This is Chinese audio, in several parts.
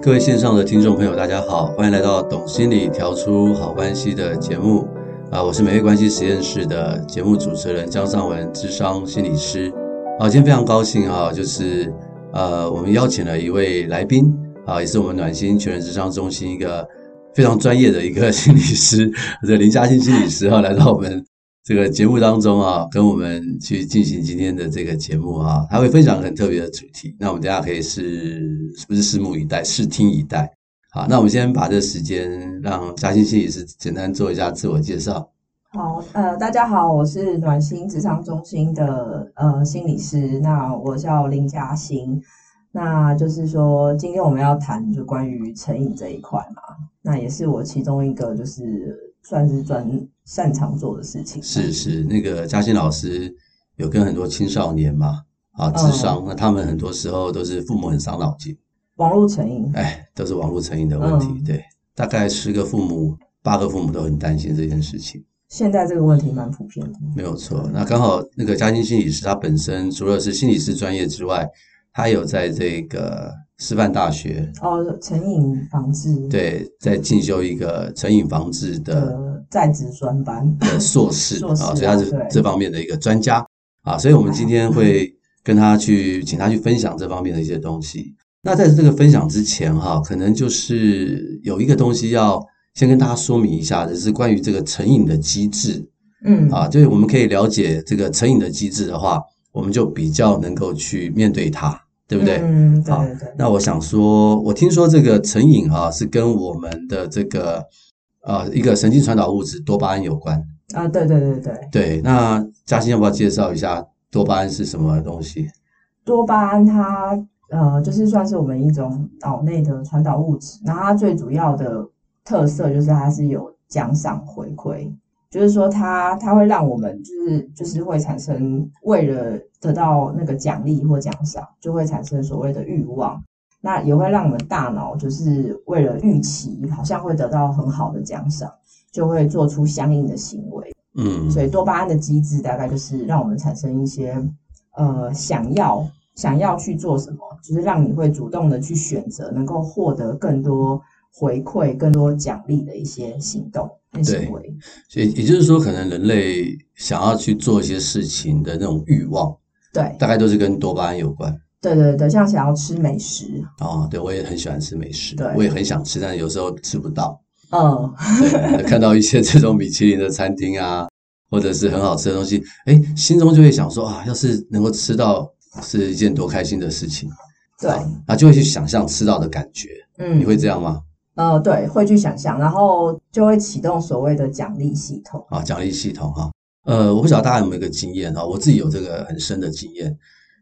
各位线上的听众朋友，大家好，欢迎来到《懂心理调出好关系》的节目啊，我是美味关系实验室的节目主持人江尚文，智商心理师啊，今天非常高兴啊，就是呃，我们邀请了一位来宾啊，也是我们暖心全人智商中心一个非常专业的一个心理师， 这林嘉欣心理师啊，来到我们这个节目当中啊，跟我们去进行今天的这个节目啊，他会分享很特别的主题。那我们大家可以是是不是拭目以待，视听以待。好，那我们先把这时间让嘉欣心理师简单做一下自我介绍。好，呃，大家好，我是暖心职场中心的呃心理师，那我叫林嘉欣，那就是说今天我们要谈就关于成瘾这一块嘛，那也是我其中一个就是算是专擅长做的事情，是是，那个嘉欣老师有跟很多青少年嘛啊，智商，那他们很多时候都是父母很伤脑筋，网络成瘾，哎，都是网络成瘾的问题。嗯对，大概十个父母八个父母都很担心这件事情。现在这个问题蛮普遍的，没有错，那刚好那个嘉兴心理师他本身除了是心理师专业之外，他有在这个师范大学哦，成瘾防治对在进修一个成瘾防治的的在职专班，的硕士硕士啊所以他是对这方面的一个专家啊，所以我们今天会跟他去请他去分享这方面的一些东西。那在这个分享之前哈、可能就是有一个东西要先跟大家说明一下，就是关于这个成瘾的机制。嗯，啊，就是我们可以了解这个成瘾的机制的话，我们就比较能够去面对它，对对不对？嗯，对好对对，那我想说，我听说这个成瘾啊是跟我们的这个呃一个神经传导物质多巴胺有关。啊，对对对对。对，那嘉欣要不要介绍一下多巴胺是什么东西？多巴胺它呃，就是算是我们一种脑内的传导物质，然后它最主要的特色就是它是有奖赏回馈，就是说它它会让我们就是就是会产生为了得到那个奖励或奖赏，就会产生所谓的欲望。那也会让我们大脑就是为了预期，好像会得到很好的奖赏，就会做出相应的行为。嗯，所以多巴胺的机制大概就是让我们产生一些呃想要想要去做什么，就是让你会主动的去选择，能够获得更多回馈、更多奖励的一些行动跟行为。所以也就是说，可能人类想要去做一些事情的那种欲望，对大概都是跟多巴胺有关。对对对，像想要吃美食，啊、对，我也很喜欢吃美食对，我也很想吃，但是有时候吃不到。嗯，对，看到一些这种米其林的餐厅啊，或者是很好吃的东西，哎，心中就会想说啊，要是能够吃到是一件多开心的事情，对，啊，然后就会去想象吃到的感觉，嗯，你会这样吗？呃，对，会去想象，然后就会启动所谓的奖励系统。啊，奖励系统哈、呃，我不晓得大家有没有一个经验啊哈、我自己有这个很深的经验，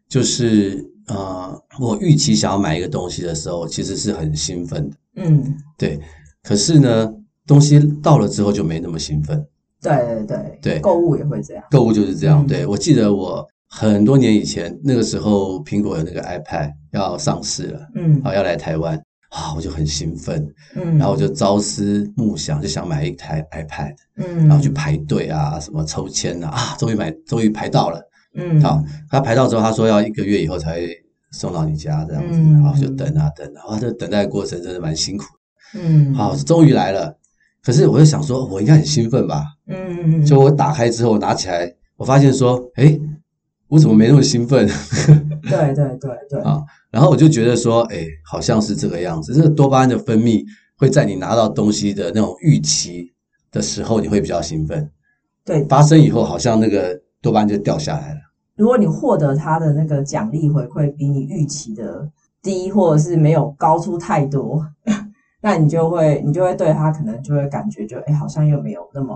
就是呃，我预期想要买一个东西的时候，其实是很兴奋的，嗯，对，可是呢，东西到了之后就没那么兴奋。对对对，对购物也会这样。购物就是这样。嗯对我记得我很多年以前，那个时候苹果有那个 iPad 要上市了，嗯啊，要来台湾啊，我就很兴奋，嗯，然后我就朝思暮想，就想买一台 iPad，嗯，然后去排队啊，什么抽签啊，啊，终于买，终于排到了。嗯，好，他排到之后，他说要一个月以后才会送到你家这样子，嗯然后就等啊等啊，哇，这等待的过程真的蛮辛苦的。嗯，好，终于来了，可是我就想说，我应该很兴奋吧，嗯，嗯，就我打开之后拿起来，我发现说，哎，我怎么没那么兴奋？ 对对对对，啊然后我就觉得说，哎，好像是这个样子。这个多巴胺的分泌会在你拿到东西的那种预期的时候，你会比较兴奋。对，发生以后，好像那个多巴胺就掉下来了。如果你获得他的那个奖励回馈比你预期的低，或者是没有高出太多， 那你就会你就会对他可能就会感觉就哎、诶好像又没有那么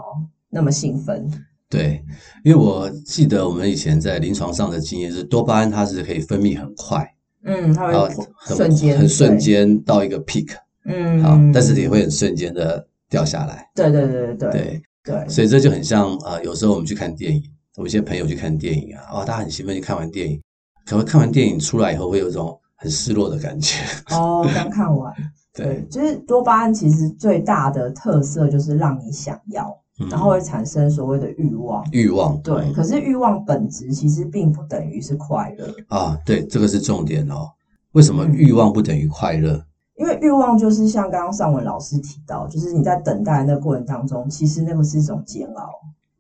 那么兴奋。对，因为我记得我们以前在临床上的经验是，多巴胺它是可以分泌很快，嗯，他然后会很瞬间很瞬，间到一个 peak，对嗯，好，但是也会很瞬间的掉下来。对对对对对对，对，所以这就很像啊、呃有时候我们去看电影，我一些朋友去看电影啊，哇，大家很兴奋去看完电影，可能看完电影出来以后会有一种很失落的感觉。 哦，刚看完，对对，，就是多巴胺其实最大的特色就是让你想要，嗯然后会产生所谓的欲望。欲望，对，嗯可是欲望本质其实并不等于是快乐，啊，对，这个是重点哦。为什么嗯欲望不等于快乐？因为欲望就是像刚刚尚文老师提到，就是你在等待的过程当中，其实那个是一种煎熬。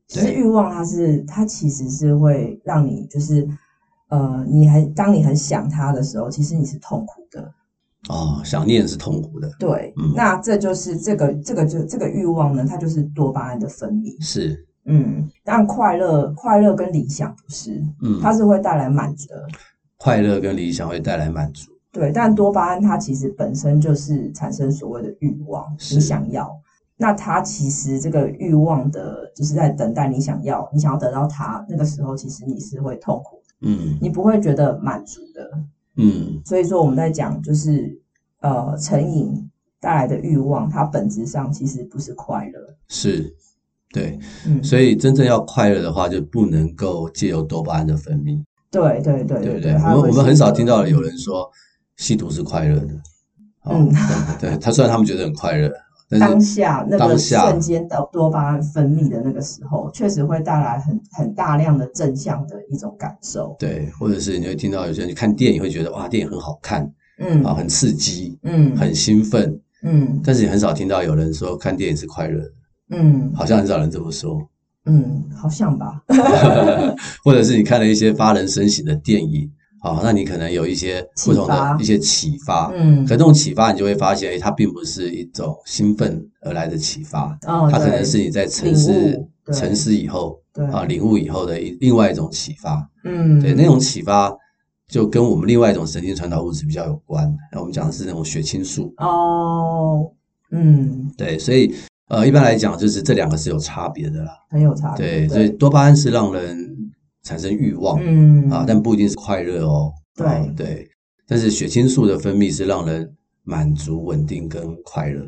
其实对欲望它是它其实是会让你就是呃，你很当你很想它的时候，其实你是痛苦的。哦，想念是痛苦的，对，嗯那这就是这个这个就这个欲望呢，它就是多巴胺的分泌。是，嗯，但快乐快乐跟理想不是，嗯，它是会带来满足的。快乐跟理想会带来满足，对，但多巴胺它其实本身就是产生所谓的欲望，是你想要。那它其实这个欲望的，就是在等待你想要，你想要得到它，那个时候其实你是会痛苦的，嗯你不会觉得满足的。嗯，所以说我们在讲就是呃成瘾带来的欲望，它本质上其实不是快乐。是，对，嗯，所以真正要快乐的话，就不能够借由多巴胺的分泌，对对对对不对？对，我它们会我是们一很少个听到有人说吸毒是快乐的，哦嗯， 对对，他虽然他们觉得很快乐，但当是下那当个下瞬间的多巴胺分泌的那个时候，确实会带来很很大量的正向的一种感受。对，或者是你会听到有些人去看电影会觉得哇，电影很好看嗯啊，很刺激，嗯很兴奋，嗯但是也很少听到有人说看电影是快乐的，嗯好像很少人这么说。 嗯，好像吧。或者是你看了一些发人深省的电影，好，那你可能有一些不同启发的一些启发。嗯可这种启发，你就会发现，哎，它并不是一种兴奋而来的启发，哦，它可对能是你在沉领思悟、对沉思以后对啊，领悟以后的一另外一种启发。嗯对，那种启发就跟我们另外一种神经传导物质比较有关。那我们讲的是那种血清素。哦嗯对，所以呃，一般来讲，就是这两个是有差别的啦。很有差对，别。所以多巴胺是让人产生欲望，嗯啊，但不一定是快乐哦。对啊对，但是血清素的分泌是让人满足、稳定跟快乐，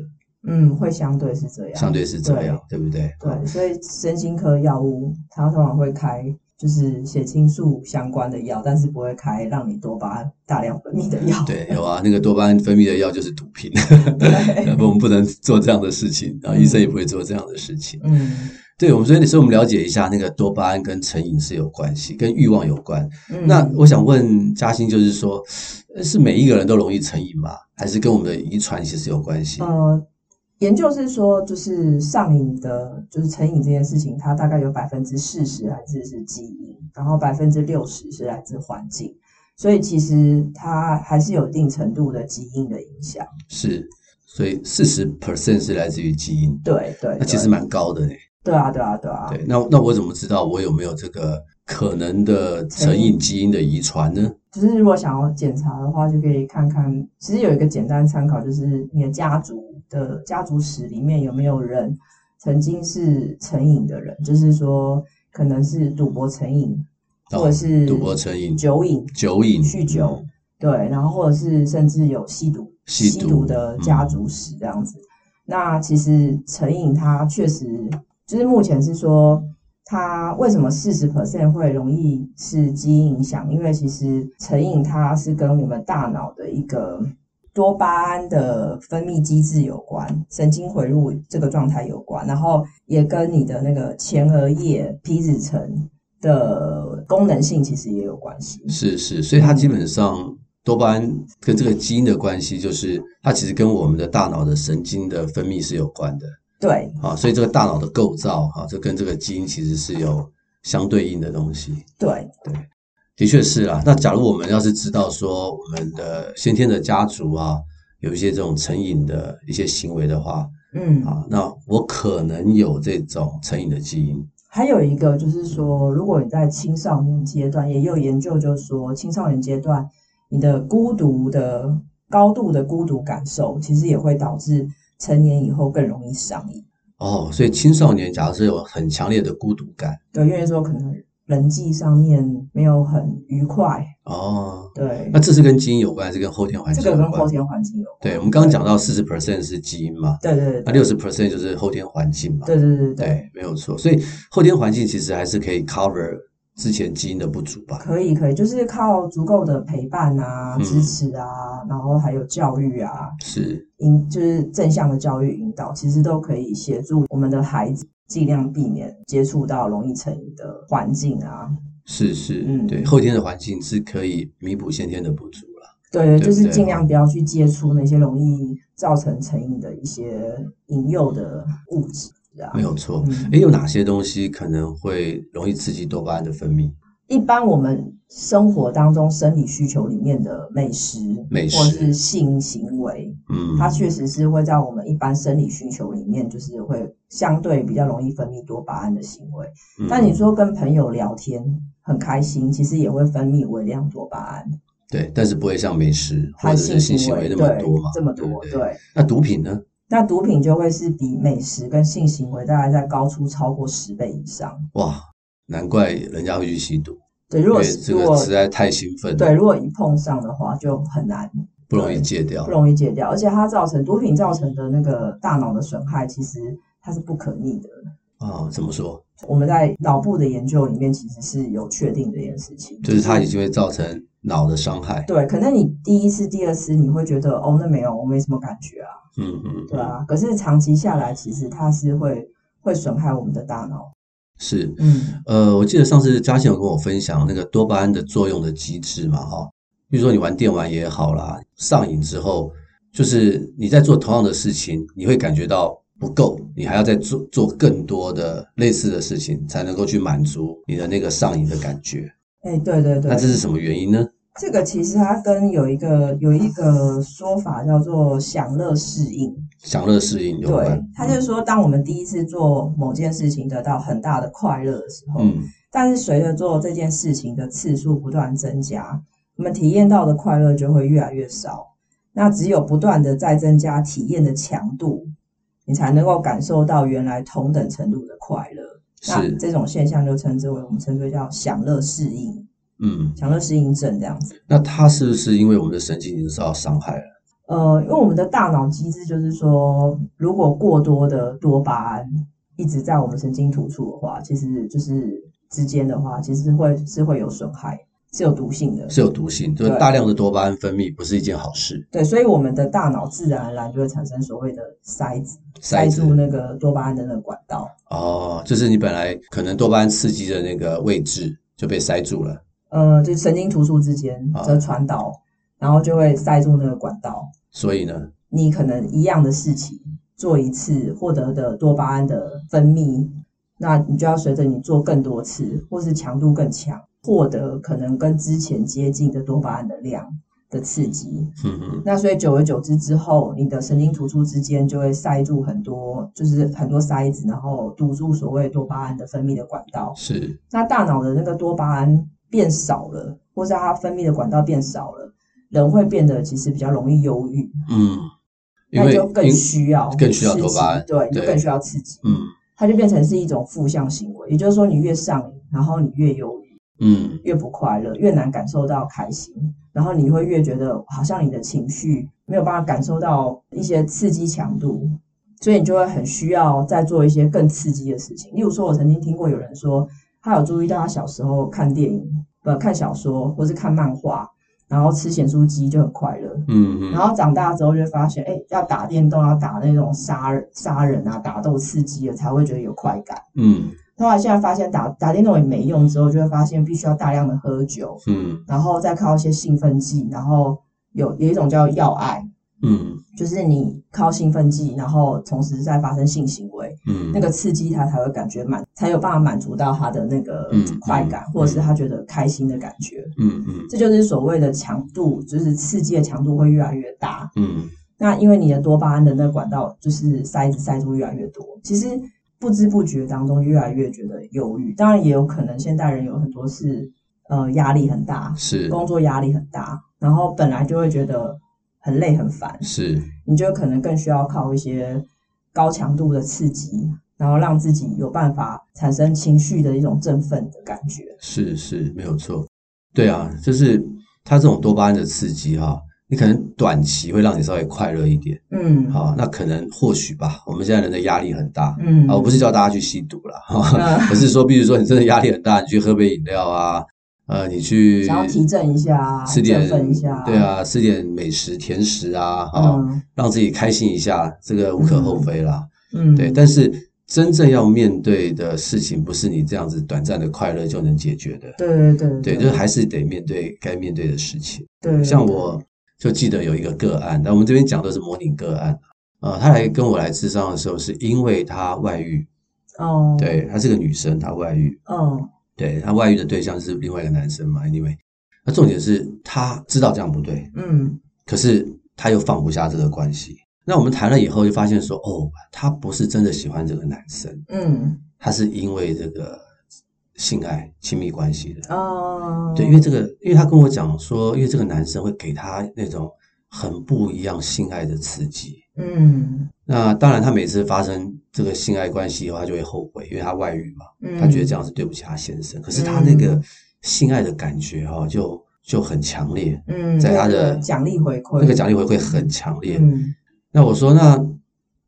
嗯会相对是这样，相对是这样，对不对？对，所以身心科药物它通常会开。就是血清素相关的药，但是不会开让你多巴胺大量分泌的药。 对，有啊，那个多巴胺分泌的药就是毒品，对，我呃们不能做这样的事情，啊，嗯医生也不会做这样的事情。嗯对，我们所以所以我们了解一下，那个多巴胺跟成瘾是有关系，跟欲望有关。嗯那我想问嘉欣，就是说，呃是每一个人都容易成瘾吗？还是跟我们的遗传其实有关系？呃，研究是说，就是上瘾的，就是成瘾这件事情，它大概有百分之四十来自是基因，然后百分之六十是来自环境，所以其实它还是有一定程度的基因的影响。是，所以四十 percent 是来自于基因，对对，那其实对蛮高的呢。对啊对啊对啊，对，那那我怎么知道我有没有这个可能的成瘾基因的遗传呢？就是如果想要检查的话，就可以看看，其实有一个简单参考，就是你的家族的家族史里面有没有人曾经是成瘾的人，就是说可能是赌博成瘾，哦或者是赌博成瘾、酒瘾、酒瘾、酗酒嗯，对，然后或者是甚至有吸毒、吸毒嗯的家族史这样子。那其实成瘾它确实就是目前是说，它为什么四十 percent 会容易是基因影响？因为其实成瘾它是跟我们大脑的一个。多巴胺的分泌机制有关，神经回路这个状态有关，然后也跟你的那个前额叶皮质层的功能性其实也有关系。是是，所以它基本上多巴胺跟这个基因的关系，就是它其实跟我们的大脑的神经的分泌是有关的对，啊，所以这个大脑的构造啊，这跟这个基因其实是有相对应的东西。对，的确是啊啦、那假如我们要是知道说我们的先天的家族啊，有一些这种成瘾的一些行为的话嗯，啊，那我可能有这种成瘾的基因。还有一个就是说，如果你在青少年阶段，也有研究就是说，青少年阶段你的孤独的高度的孤独感受，其实也会导致成年以后更容易上瘾。哦，所以青少年假如是有很强烈的孤独感对，因为说可能人际上面没有很愉快，哦，对那，这是跟基因有关，还是跟后天环这境个有跟后关？天环境有关。对，我们刚刚讲到四十 percent 是基因嘛，对，对对那对六十 percent 就是后天环境嘛。对对对对，对，没有错。所以后天环境其实还是可以 cover 之前基因的不足吧。可以可以，就是靠足够的陪伴啊、嗯支持啊，然后还有教育啊，是，引就是正向的教育引导，其实都可以协助我们的孩子尽量避免接触到容易成瘾的环境啊。是是，嗯对，后天的环境是可以弥补先天的不足了。对对，对就是对尽量不要去接触那些容易造成成瘾的一些引诱的物质啊。没有错。嗯诶，有哪些东西可能会容易刺激多巴胺的分泌？一般我们生活当中生理需求里面的美食、美食或是性行为，嗯，它确实是会在我们一般生理需求里面，就是会相对比较容易分泌多巴胺的行为。嗯但你说跟朋友聊天很开心，其实也会分泌微量多巴胺，对，但是不会像美食或和者是性行为为那对么多嘛？这么对多不对对。那毒品呢？那毒品就会是比美食跟性行为大概在高出超过十倍以上。哇，难怪人家会去吸毒，对，如因果为是这如个果实在太兴奋，对，，如果一碰上的话，就很难不容易戒掉不。容易戒掉，而且它造成毒品造成的那个大脑的损害，其实它是不可逆的。哦，怎么说？我们在脑部的研究里面，其实是有确定这件事情，就是它已经会造成脑的伤害。对，可能你第一次、第二次你会觉得哦，那没有，我没什么感觉啊，嗯嗯，对，啊。可是长期下来，其实它是会会损害我们的大脑。是。嗯，呃，我记得上次嘉欣有跟我分享那个多巴胺的作用的机制嘛，哈、比如说你玩电玩也好啦，上瘾之后，就是你在做同样的事情，你会感觉到不够，你还要再做做更多的类似的事情，才能够去满足你的那个上瘾的感觉。哎，对对对，那这是什么原因呢？这个其实它跟有一个有一个说法叫做享乐适应，享乐适应有对关，。它就是说，当我们第一次做某件事情得到很大的快乐的时候，嗯但是随着做这件事情的次数不断增加，我们体验到的快乐就会越来越少。那只有不断的在增加体验的强度，你才能够感受到原来同等程度的快乐。那是这种现象就称之为我们称之为叫享乐适应、嗯，享乐适应症这样子。那它是不是因为我们的神经已经受到伤害了？呃，因为我们的大脑机制就是说，如果过多的多巴胺一直在我们神经突触的话，其实就是之间的话，其实会是会有损害，是有毒性的。是有毒性，就是对大量的多巴胺分泌不是一件好事。对，所以我们的大脑自然而然就会产生所谓的塞子，塞塞子住那个多巴胺的那个管道。哦，就是你本来可能多巴胺刺激的那个位置就被塞住了，呃，就是神经突触之间啊的传导，然后就会塞住那个管道。所以呢，你可能一样的事情做一次，获得的多巴胺的分泌，那你就要随着你做更多次，或是强度更强，获得可能跟之前接近的多巴胺的量的刺激。嗯嗯，那所以久而久之之后，你的神经突触之间就会塞住很多，就是很多塞子，然后堵住所谓多巴胺的分泌的管道。是那大脑的那个多巴胺变少了，或是它分泌的管道变少了，人会变得其实比较容易忧郁。嗯，因那为就更因需要更需要多巴胺刺激对，你就对更需要刺激，嗯它就变成是一种负向行为，也就是说，你越上瘾，然后你越忧郁，嗯越不快乐，越难感受到开心，然后你会越觉得好像你的情绪没有办法感受到一些刺激强度，所以你就会很需要再做一些更刺激的事情。例如说，我曾经听过有人说，他有注意到他小时候看电影、呃看小说或是看漫画，然后吃咸酥鸡就很快乐，嗯嗯，然后长大之后就发现，哎，要打电动，要打那种杀人、杀人啊、打斗刺激的，才会觉得有快感。嗯后来现在发现打打电动也没用，之后就会发现必须要大量的喝酒，嗯然后再靠一些兴奋剂，然后有有一种叫药爱，嗯就是你靠兴奋剂，然后同时再发生性行为，嗯，那个刺激他才会感觉满，才有办法满足到他的那个嗯嗯快感，或者是他觉得开心的感觉。嗯嗯这就是所谓的强度，就是刺激的强度会越来越大。嗯那因为你的多巴胺的那管道就是塞子塞住越来越多，其实不知不觉当中越来越觉得忧郁。当然也有可能现代人有很多是呃压力很大，是工作压力很大，然后本来就会觉得很累很烦，是你就可能更需要靠一些高强度的刺激，然后让自己有办法产生情绪的一种振奋的感觉。是是没有错，对啊，就是它这种多巴胺的刺激哈、你可能短期会让你稍微快乐一点，嗯，好、那可能或许吧，我们现在人的压力很大，嗯，啊，我不是叫大家去吸毒啦， 哈、嗯 可是说，比如说你真的压力很大，你去喝杯饮料啊，呃，你去想要提振一下，吃点振奋一下，对，啊，吃点美食甜食啊，哈、嗯让自己开心一下，这个无可厚非啦。嗯，对，但是真正要面对的事情，不是你这样子短暂的快乐就能解决的。对对对对，就是还是得面对该面对的事情。对，像我就记得有一个个案，那我们这边讲的是模拟个案，呃，她来跟我来咨商的时候，是因为她外遇，哦，，对，她是个女生，她外遇，嗯对她外遇的对象是另外一个男生嘛，anyway，那重点是她知道这样不对，嗯可是她又放不下这个关系。那我们谈了以后，就发现说，哦，她不是真的喜欢这个男生，嗯，她是因为这个性爱亲密关系的，哦，对，因为这个，因为他跟我讲说，因为这个男生会给他那种很不一样性爱的刺激。嗯那当然，他每次发生这个性爱关系以后，他就会后悔，因为他外遇嘛，嗯，他觉得这样是对不起他先生。可是他那个性爱的感觉哈、哦，就就很强烈，嗯，在对他这的个奖励回馈，那个奖励回馈很强烈。嗯那我说，那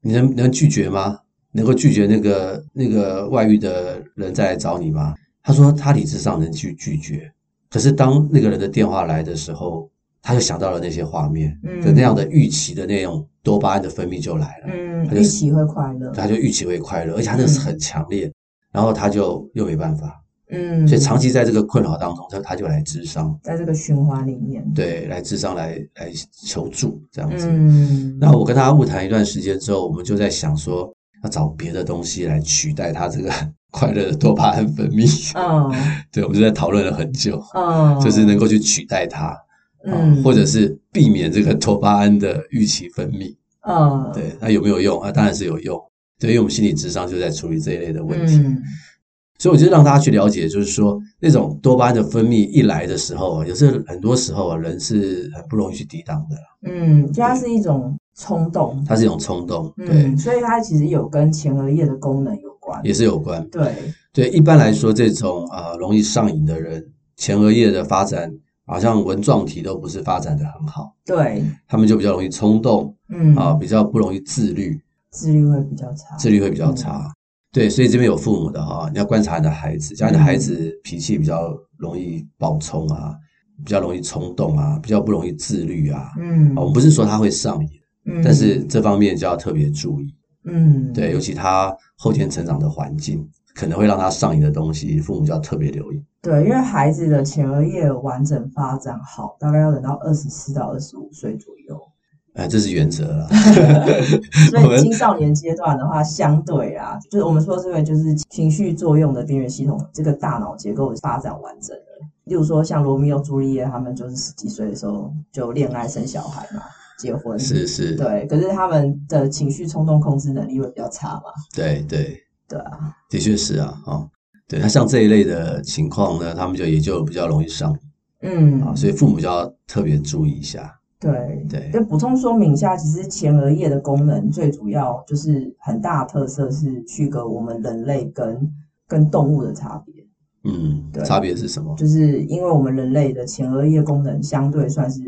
你能能拒绝吗？能够拒绝那个那个外遇的人再来找你吗？他说他理智上能去拒绝，可是当那个人的电话来的时候，他就想到了那些画面，嗯就那样的预期的那种多巴胺的分泌就来了，嗯，他就一起会快乐，他就预期会快乐，而且他那个是很强烈，然后他就又没办法，嗯，所以长期在这个困扰当中，他他就来智商，在这个循环里面，对，来智商来来求助这样子。嗯，那我跟他误谈一段时间之后，我们就在想说，要找别的东西来取代他这个 快乐的多巴胺分泌。 嗯对，我们就在讨论了很久，嗯， 就是能够去取代它，啊嗯，或者是避免这个多巴胺的预期分泌。嗯，对，那有没有用啊？当然是有用。对，因为我们心理智商就在处理这一类的问题，嗯所以我就让大家去了解，就是说那种多巴胺的分泌一来的时候啊，有时候很多时候啊，人是很不容易去抵挡的，嗯，就它是一种冲动，它是一种冲动，对，嗯，所以它其实有跟前额叶的功能有关，也是有关。对，对，一般来说，这种啊、呃容易上瘾的人，前额叶的发展好像纹状体都不是发展的很好，对，他们就比较容易冲动嗯，啊、比较不容易自律，自律会比较差，自律会比较差。对，所以这边有父母的哈、你要观察你的孩子，像你的孩子脾气比较容易暴冲啊，比较容易冲动啊，比较不容易自律啊。嗯啊我们不是说他会上瘾，嗯但是这方面就要特别注意。嗯，对，尤其他后天成长的环境，可能会让他上瘾的东西，父母就要特别留意。对，因为孩子的前额叶完整发展好，大概要等到二十四到二十五岁左 右，哎，这是原则了。所我们以青少年阶段的话，相对啊，就是我们说这个就是情绪作用的边缘系统，这个大脑结构发展完整了。例如说像罗密欧朱丽叶他们就是十几岁的时候就恋爱生小孩嘛，结婚，是是，嗯 对，可是他们的情绪冲动控制能力会比较差嘛，对对，对啊，的确是啊，哦，对，那像这一类的情况呢，他们就也就比较容易上瘾嗯，啊，所以父母就要特别注意一下。对。对，就补充说明一下，其实前额叶的功能最主要就是很大的特色是区隔我们人类跟跟动物的差别，嗯，对差别是什么？就是因为我们人类的前额叶功能相对算是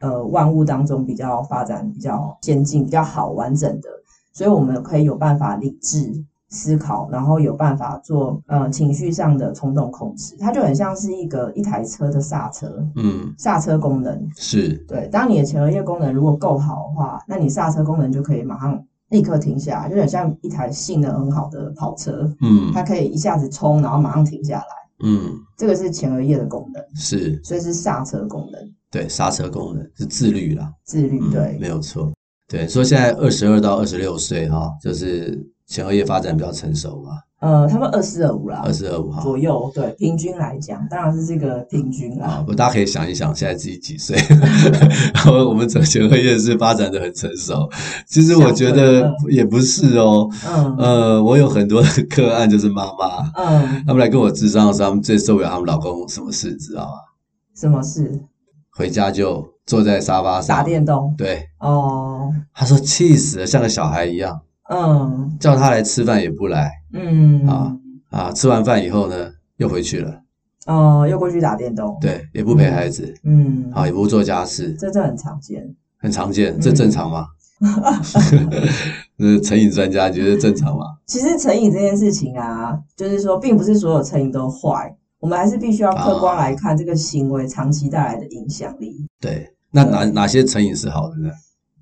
呃万物当中比较发展比较先进、比较好完整的，所以我们可以有办法理智思考，然后有办法做呃情绪上的冲动控制，它就很像是一个一台车的刹车嗯，刹车功能，是，对，当你的前额叶功能如果够好的话，那你刹车功能就可以马上立刻停下来，就很像一台性能很好的跑车，嗯它可以一下子冲，然后马上停下来。嗯，这个是前额叶的功能，是所以是刹车功能，对，刹车功能是自律啦，自律嗯，对。没有错。对，所以现在二十二到二十六岁哈，就是前额叶发展比较成熟嘛，呃，他们二四二五啦二十二五哈左右，对，平均来讲，当然是这个平均啊啦，，不，大家可以想一想，现在自己几岁？ 然后我们整个前额叶是发展的很成熟，其实我觉得相也不是哦。嗯呃，我有很多的个案就是妈妈，嗯，他们来跟我智商的时候，他们最受不了他们老公什么事，知道吗？什么事？回家就坐在沙发打上，电动对，哦，他说气死了，像个小孩一样，嗯叫他来吃饭也不来嗯啊啊！吃完饭以后呢，又回去了，哦，又过去打电动，对，也不陪孩子，嗯，啊，也不做家事，这这很常见，很常见，这正常吗？嗯 呃，成瘾专家觉得正常吗？其实成瘾这件事情啊，就是说，并不是所有成瘾都坏，我们还是必须要客哦观来看这个行为长期带来的影响力。对，那哪哪些成瘾是好的呢？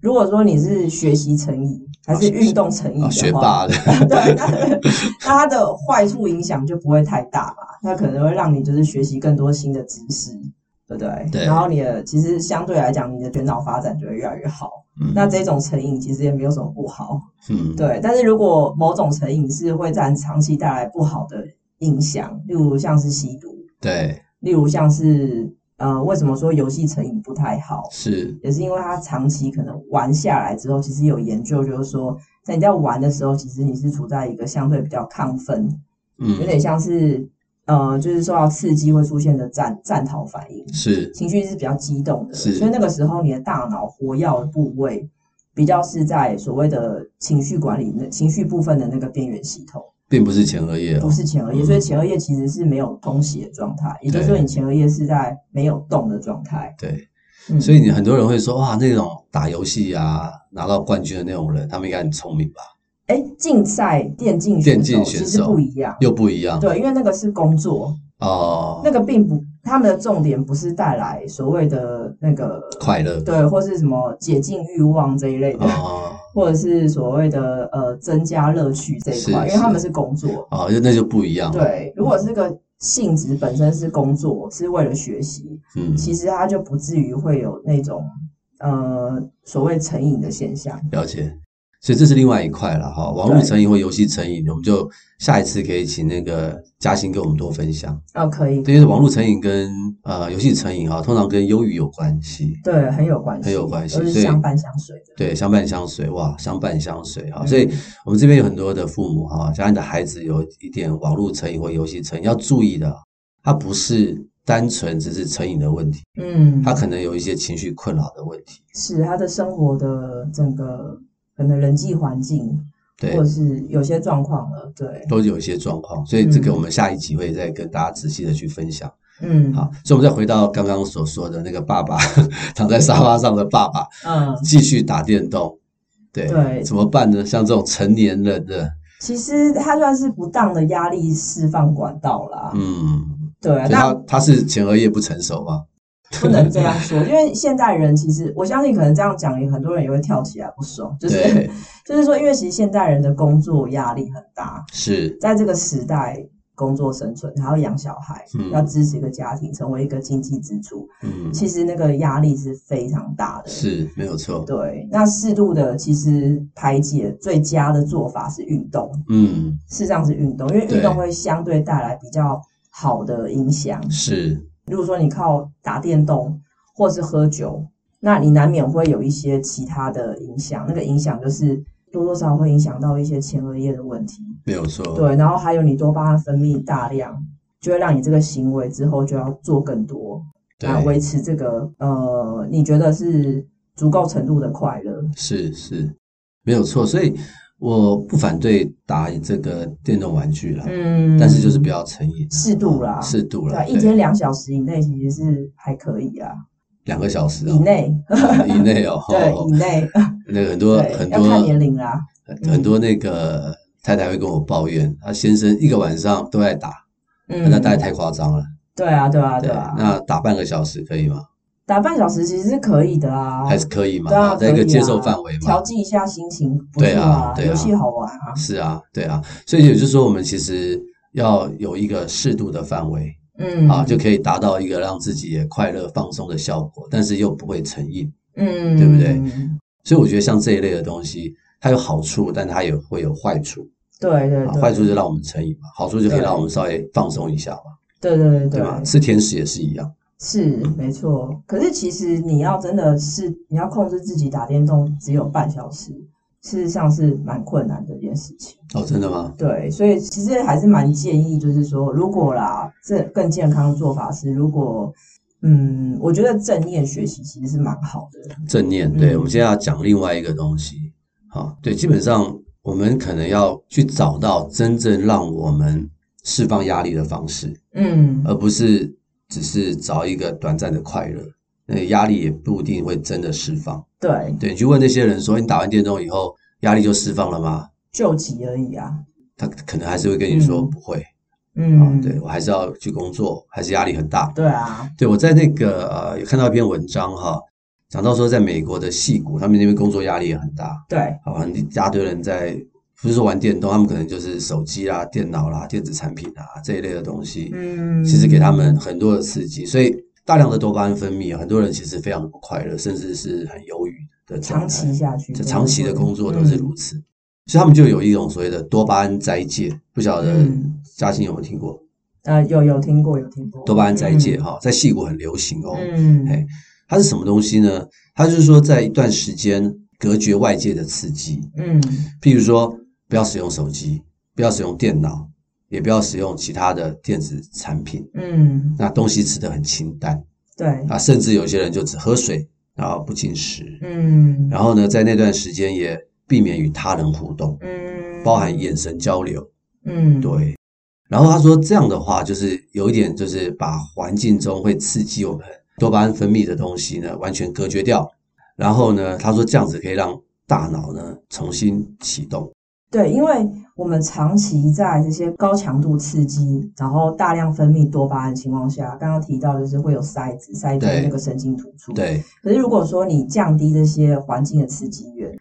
如果说你是学习成瘾，还是运动成瘾啊，学的嗯话，霸的，对，那那它的坏处影响就不会太大嘛，它可能会让你就是学习更多新的知识，对不对？对然后你的其实相对来讲，你的卷脑发展就会越来越好。嗯那这种成瘾其实也没有什么不好， 嗯，对。但是如果某种成瘾是会占长期带来不好的影响，例如像是吸毒，对例如像是呃，为什么说游戏成瘾不太好？是，也是因为它长期可能玩下来之后，其实有研究就是说，在你在玩的时候，其实你是处在一个相对比较亢奋，有嗯点像是呃，就是受到刺激会出现的战战逃反应，是情绪是比较激动的，是所以那个时候你的大脑活跃的部位比较是在所谓的情绪管理那情绪部分的那个边缘系统，并不是前额叶哦，不是前额叶，嗯所以前额叶其实是没有充血的状态，也就是说对你前额叶是在没有动的状态，对，嗯所以你很多人会说哇，那种打游戏啊拿到冠军的那种人，他们应该很聪明吧？哎，竞赛电竞电选竞手选其实手不一样，又不一样，对，因为那个是工作，哦，那个并不，他们的重点不是带来所谓的那个快乐对，或是什么解禁欲望这一类的，哦或者是所谓的呃增加乐趣这一块，是因为他是们是工作。哦，就那就不一样了，对，如果这个性质本身是工作，是为了学习，嗯，其实它就不至于会有那种呃所谓成瘾的现象。了解。所以这是另外一块了哈，网络对成瘾或游戏成瘾，我们就下一次可以请那个嘉欣跟我们多分享。啊，可以，对，因为网络成瘾跟呃游戏成瘾哈，通常跟忧郁有关系。对，很有关系，很有关系都所是以相伴相随的。对，相伴相随哇，相伴相随嗯哈。所以我们这边有很多的父母哈，家里的孩子有一点网络成瘾或游戏成瘾，要注意的，它不是单纯只是成瘾的问题，嗯，它可能有一些情绪困扰的问题。是他的生活的整个可能人际环境，对或者，是有些状况了，对，都有一些状况，所以这个嗯我们下一集会再跟大家仔细的去分享。嗯，好，所以我们再回到刚刚所说的那个爸爸躺在沙发上的爸爸，嗯，继续打电动，对，对怎么办呢？像这种成年人的，其实他算是不当的压力释放管道啦，嗯，对啊，所以他那 他是前额叶不成熟吗？不能这样说，因为现代人其实我相信可能这样讲，也很多人也会跳起来不 爽，就是对， 就是说，因为其实现代人的工作压力很大，是，在这个时代工作生存，还要养小孩，嗯要支持一个家庭，成为一个经济支柱，嗯，其实那个压力是非常大的，是没有错，对，那适度的其实排解最佳的做法是运动，嗯，事实上是运动，因为对运动会相对带来比较好的影响。是，如果说你靠打电动或是喝酒，那你难免会有一些其他的影响，那个影响就是。多多少少会影响到一些前额叶的问题，没有错，，对，然后还有你多巴胺分泌大量，就会让你这个行为之后就要做更多，来维持这个呃，你觉得是足够程度的快乐，是是，没有错，所以我不反对打这个电动玩具啦，嗯，但是就是不要成瘾，啊适度啦，适度对啊，啦，一天两小时以内其实是还可以啊，两个小时以哦内， 啊 以内哦，对，以内，那个很多对，很要看多年龄嗯啦，很多那个太太会跟我抱怨，她先生一个晚上都在打，嗯那太太太夸张了。对啊，对啊，对对啊，那打半个小时可以吗？打半小时其实是可以的啊，还是可以嘛？对啊，在一可个以接啊受范围嘛调。剂一下心情，不对错啊对啊游戏好玩啊，是啊，对啊，所以也就是说，我们其实要有一个适度的范围嗯，啊，就可以达到一个让自己也快乐放松的效果，但是又不会成瘾。嗯，对不对？所以我觉得像这一类的东西，它有好处，但它也会有坏处。对对啊对，坏处就让我们成瘾嘛，好处就可以对让我们稍微放松一下嘛，对对对对吧？吃甜食也是一样，是没错，可是其实你要真的是你要控制自己打电动只有半小时，事实上是蛮困难的一件事情。哦，真的吗？对，所以其实还是蛮建议，就是说，如果啦，这更健康的做法是，如果嗯，我觉得正念学习其实是蛮好的。正念，对，嗯我们现在要讲另外一个东西，好，对，基本上我们可能要去找到真正让我们释放压力的方式，嗯，而不是只是找一个短暂的快乐，那个压力也不一定会真的释放。对，对，你去问那些人说，你打完电动以后压力就释放了吗？救急而已啊。他可能还是会跟你说嗯不会，嗯，啊，对我还是要去工作，还是压力很大。对啊，对我在那个呃有看到一篇文章哈，讲到说在美国的戏谷，他们那边工作压力也很大，对，好，很一大堆人在不是说玩电动，他们可能就是手机啦、啊电脑啦、电子产品啊这一类的东西，嗯，其实给他们很多的刺激，所以大量的多巴胺分泌，啊很多人其实非常不快乐，甚至是很忧郁的状态长期下去，这长期的工作都是嗯如此，所以他们就有一种所谓的多巴胺斋戒，不晓得嗯嘉欣有没有听过？嗯。呃，有有听过，有听过多巴胺斋戒哦哈、在戏骨很流行哦。嗯，哎嗯，它是什么东西呢？它就是说，在一段时间隔绝外界的刺激，嗯譬如说，不要使用手机，不要使用电脑，也不要使用其他的电子产品。嗯，那东西吃得很清淡对，啊，甚至有些人就只喝水，然后不进食。嗯然后呢，在那段时间也避免与他人互动，嗯，包含眼神交流。嗯，对。然后他说这样的话，就是有一点，就是把环境中会刺激我们多巴胺分泌的东西呢，完全隔绝掉。然后呢，他说这样子可以让大脑呢重新启动。对，因为我们长期在这些高强度刺激，然后大量分泌多巴胺的情况下，刚刚提到就是会有塞子，塞住对那个神经突触。。对，可是如果说你降低这些环境的刺激源，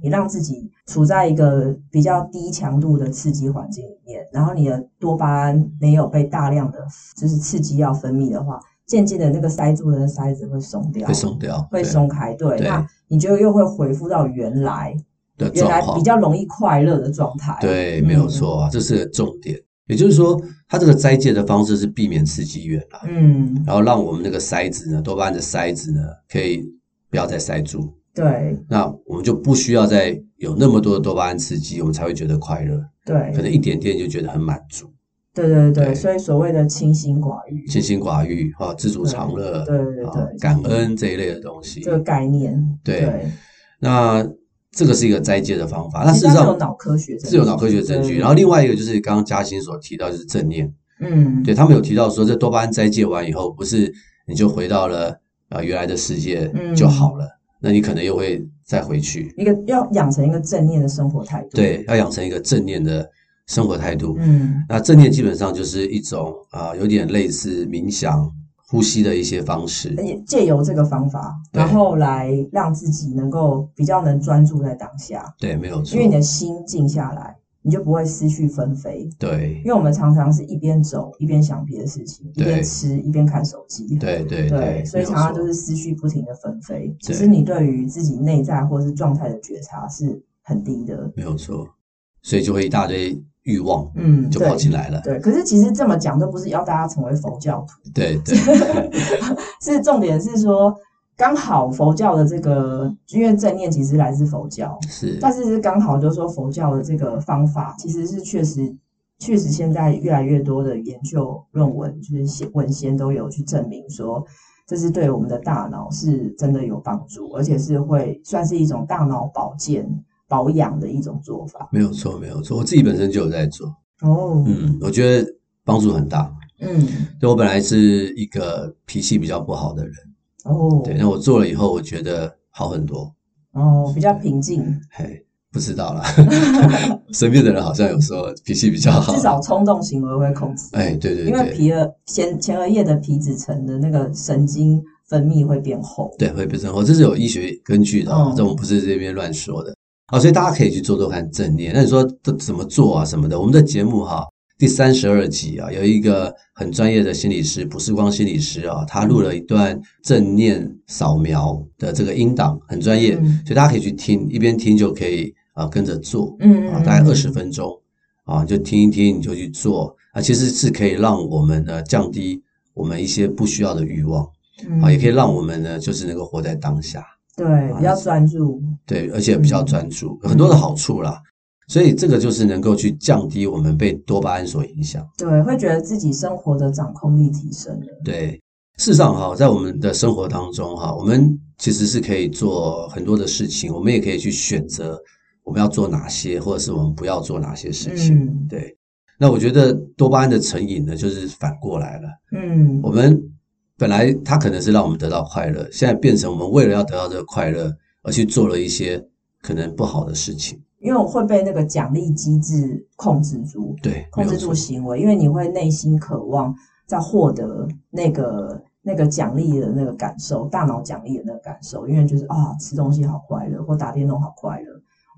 你让自己处在一个比较低强度的刺激环境里面，然后你的多巴胺没有被大量的就是刺激要分泌的话，渐渐的那个塞住的塞子会松掉，会松掉，会对松开，对，对那你就又会恢复到原来的原来状况比。较容易快乐的状态。对，嗯没有错啊，这是个重点。也就是说，他这个斋戒的方式是避免刺激源啦，嗯，然后让我们那个塞子呢，多巴胺的塞子呢，可以不要再塞住。对那我们就不需要再有那么多的多巴胺刺激，我们才会觉得快乐。对可能一点点就觉得很满足，对对对对，所以所谓的清心寡欲清心寡欲哈，知足常乐，对对对啊对感恩这一类的东西这。个概念，对对，那这个是一个斋戒的方法。那其事实实它是有上脑科学证据，是有脑科学证据，对然后另外一个就是刚刚嘉欣所提到，就是正念。嗯，对他们有提到说，这多巴胺斋戒完以后，不是你就回到了啊、呃原来的世界嗯就好了，那你可能又会再回去。一个要养成一个正念的生活态度。，对，要养成一个正念的生活态度。嗯那正念基本上就是一种啊、呃有点类似冥想、呼吸的一些方式。也借由这个方法，对然后来让自己能够比较能专注在当下，对，没有错。因为你的心静下来，你就不会思绪纷飞。对因为我们常常是一边走一边想别的事情，一对边吃一边看手机。对对对，所以没有常常错就是思绪不停的纷飞。其实你对于自己内在或是状态的觉察是很低的。没有错，所以就会一大堆欲望嗯，就对跑进来了。对，可是其实这么讲，都不是要大家成为佛教徒，对对 是重点是说，刚好佛教的这个，因为正念其实来自佛教，是，但是是刚好就是说佛教的这个方法，其实是确实确实现在越来越多的研究论文，就是写文献都有去证明说，这是对我们的大脑是真的有帮助，而且是会算是一种大脑保健保养的一种做法。没有错没有错。我自己本身就有在做，哦，嗯，我觉得帮助很大。嗯，对我本来是一个脾气比较不好的人，哦，对，那我做了以后，我觉得好很多。哦，比较平静，嘿，不知道啦， 身边的人好像有时候脾气比较好，至少冲动行为会控制。哎，对对因为对，皮额前前额叶的皮质层的那个神经分泌会变厚。对会变成后，这是有医学根据的哦，嗯这我们不是这边乱说的。好，所以大家可以去做做看正念。那你说这怎么做啊什么的？我们的节目哈、第三十二集啊，有一个很专业的心理师，不是光心理师啊，他录嗯了一段正念扫描的这个音档，很专业，嗯所以大家可以去听，一边听就可以啊、跟着做嗯啊，大概二十分钟啊，你就听一听，你就去做啊，其实是可以让我们呢降低我们一些不需要的欲望。啊，也可以让我们呢，就是能够活在当下，嗯对，比较专注。对，而且比较专注，有很多的好处啦。所以这个就是能够去降低我们被多巴胺所影响。对，会觉得自己生活的掌控力提升了。对，事实上哈，在我们的生活当中哈，我们其实是可以做很多的事情，我们也可以去选择我们要做哪些，或者是我们不要做哪些事情。嗯对，那我觉得多巴胺的成瘾呢，就是反过来了。嗯我们本来它可能是让我们得到快乐，现在变成我们为了要得到这个快乐而去做了一些可能不好的事情。因为我会被那个奖励机制控制住，对，控制没有住错行为，因为你会内心渴望在获得那个那个奖励的那个感受，大脑奖励的那个感受，因为就是啊、吃东西好快乐，或打电动好快乐。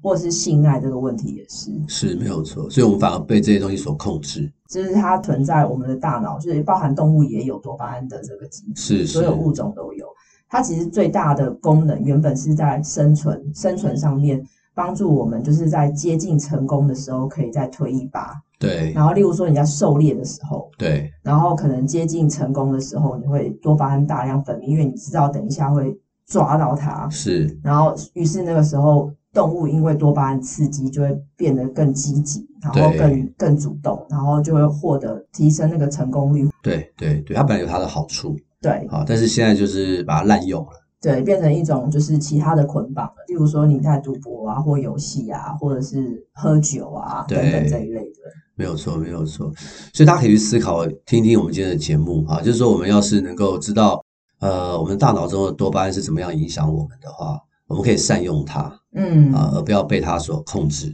或者是性爱这个问题也是，是没有错，所以我们反而被这些东西所控制。就是它存在我们的大脑，就是包含动物也有多巴胺的这个机制，是所是有物种都有。它其实最大的功能原本是在生存、生存上面帮助我们，就是在接近成功的时候可以再推一把。对然后，例如说你在狩猎的时候，对然后可能接近成功的时候，你会多巴胺大量分泌，因为你知道等一下会抓到它。是然后，于是那个时候，动物因为多巴胺刺激，就会变得更积极，然后对更更主动，然后就会获得提升那个成功率。对对对，它本来有它的好处对啊，但是现在就是把它滥用了。对，变成一种就是其他的捆绑了，例如说你在赌博啊，或游戏啊，或者是喝酒啊等对等这一类的。没有错，没有错。所以大家可以去思考，听听我们今天的节目啊，就是说我们要是能够知道，呃，我们大脑中的多巴胺是怎么样影响我们的话，我们可以善用它嗯啊啊、，而不要被它所控制，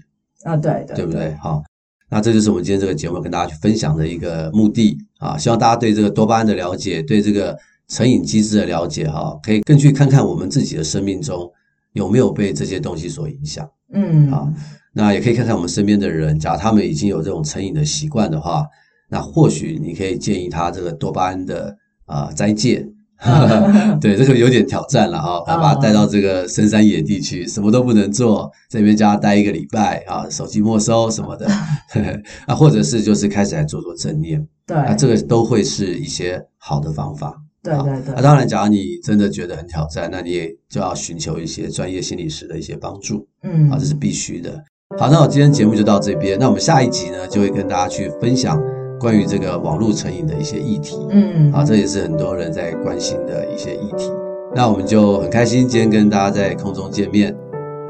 对对对不对？好，那这就是我们今天这个节目跟大家去分享的一个目的啊，希望大家对这个多巴胺的了解，对这个成瘾机制的了解哈、可以更去看看我们自己的生命中有没有被这些东西所影响。嗯好那也可以看看我们身边的人，假如他们已经有这种成瘾的习惯的话，那或许你可以建议他这个多巴胺的啊、斋戒。 对，这个有点挑战了哈、啊，把他带到这个深山野地去，什么都不能做，在那边叫他待一个礼拜啊，手机没收什么的， 啊，或者是就是开始来做做正念，对、啊，这个都会是一些好的方法。对好对对，那、当然，假如你真的觉得很挑战，那你也就要寻求一些专业心理师的一些帮助。嗯啊，这是必须的。好，那我今天节目就到这边，那我们下一集呢，就会跟大家去分享关于这个网络成瘾的一些议题。嗯啊，这也是很多人在关心的一些议题。那我们就很开心今天跟大家在空中见面，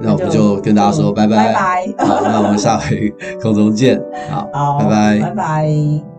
那我们就跟大家说拜拜。拜 拜，好，那我们下回空中见。好，好，拜拜拜拜。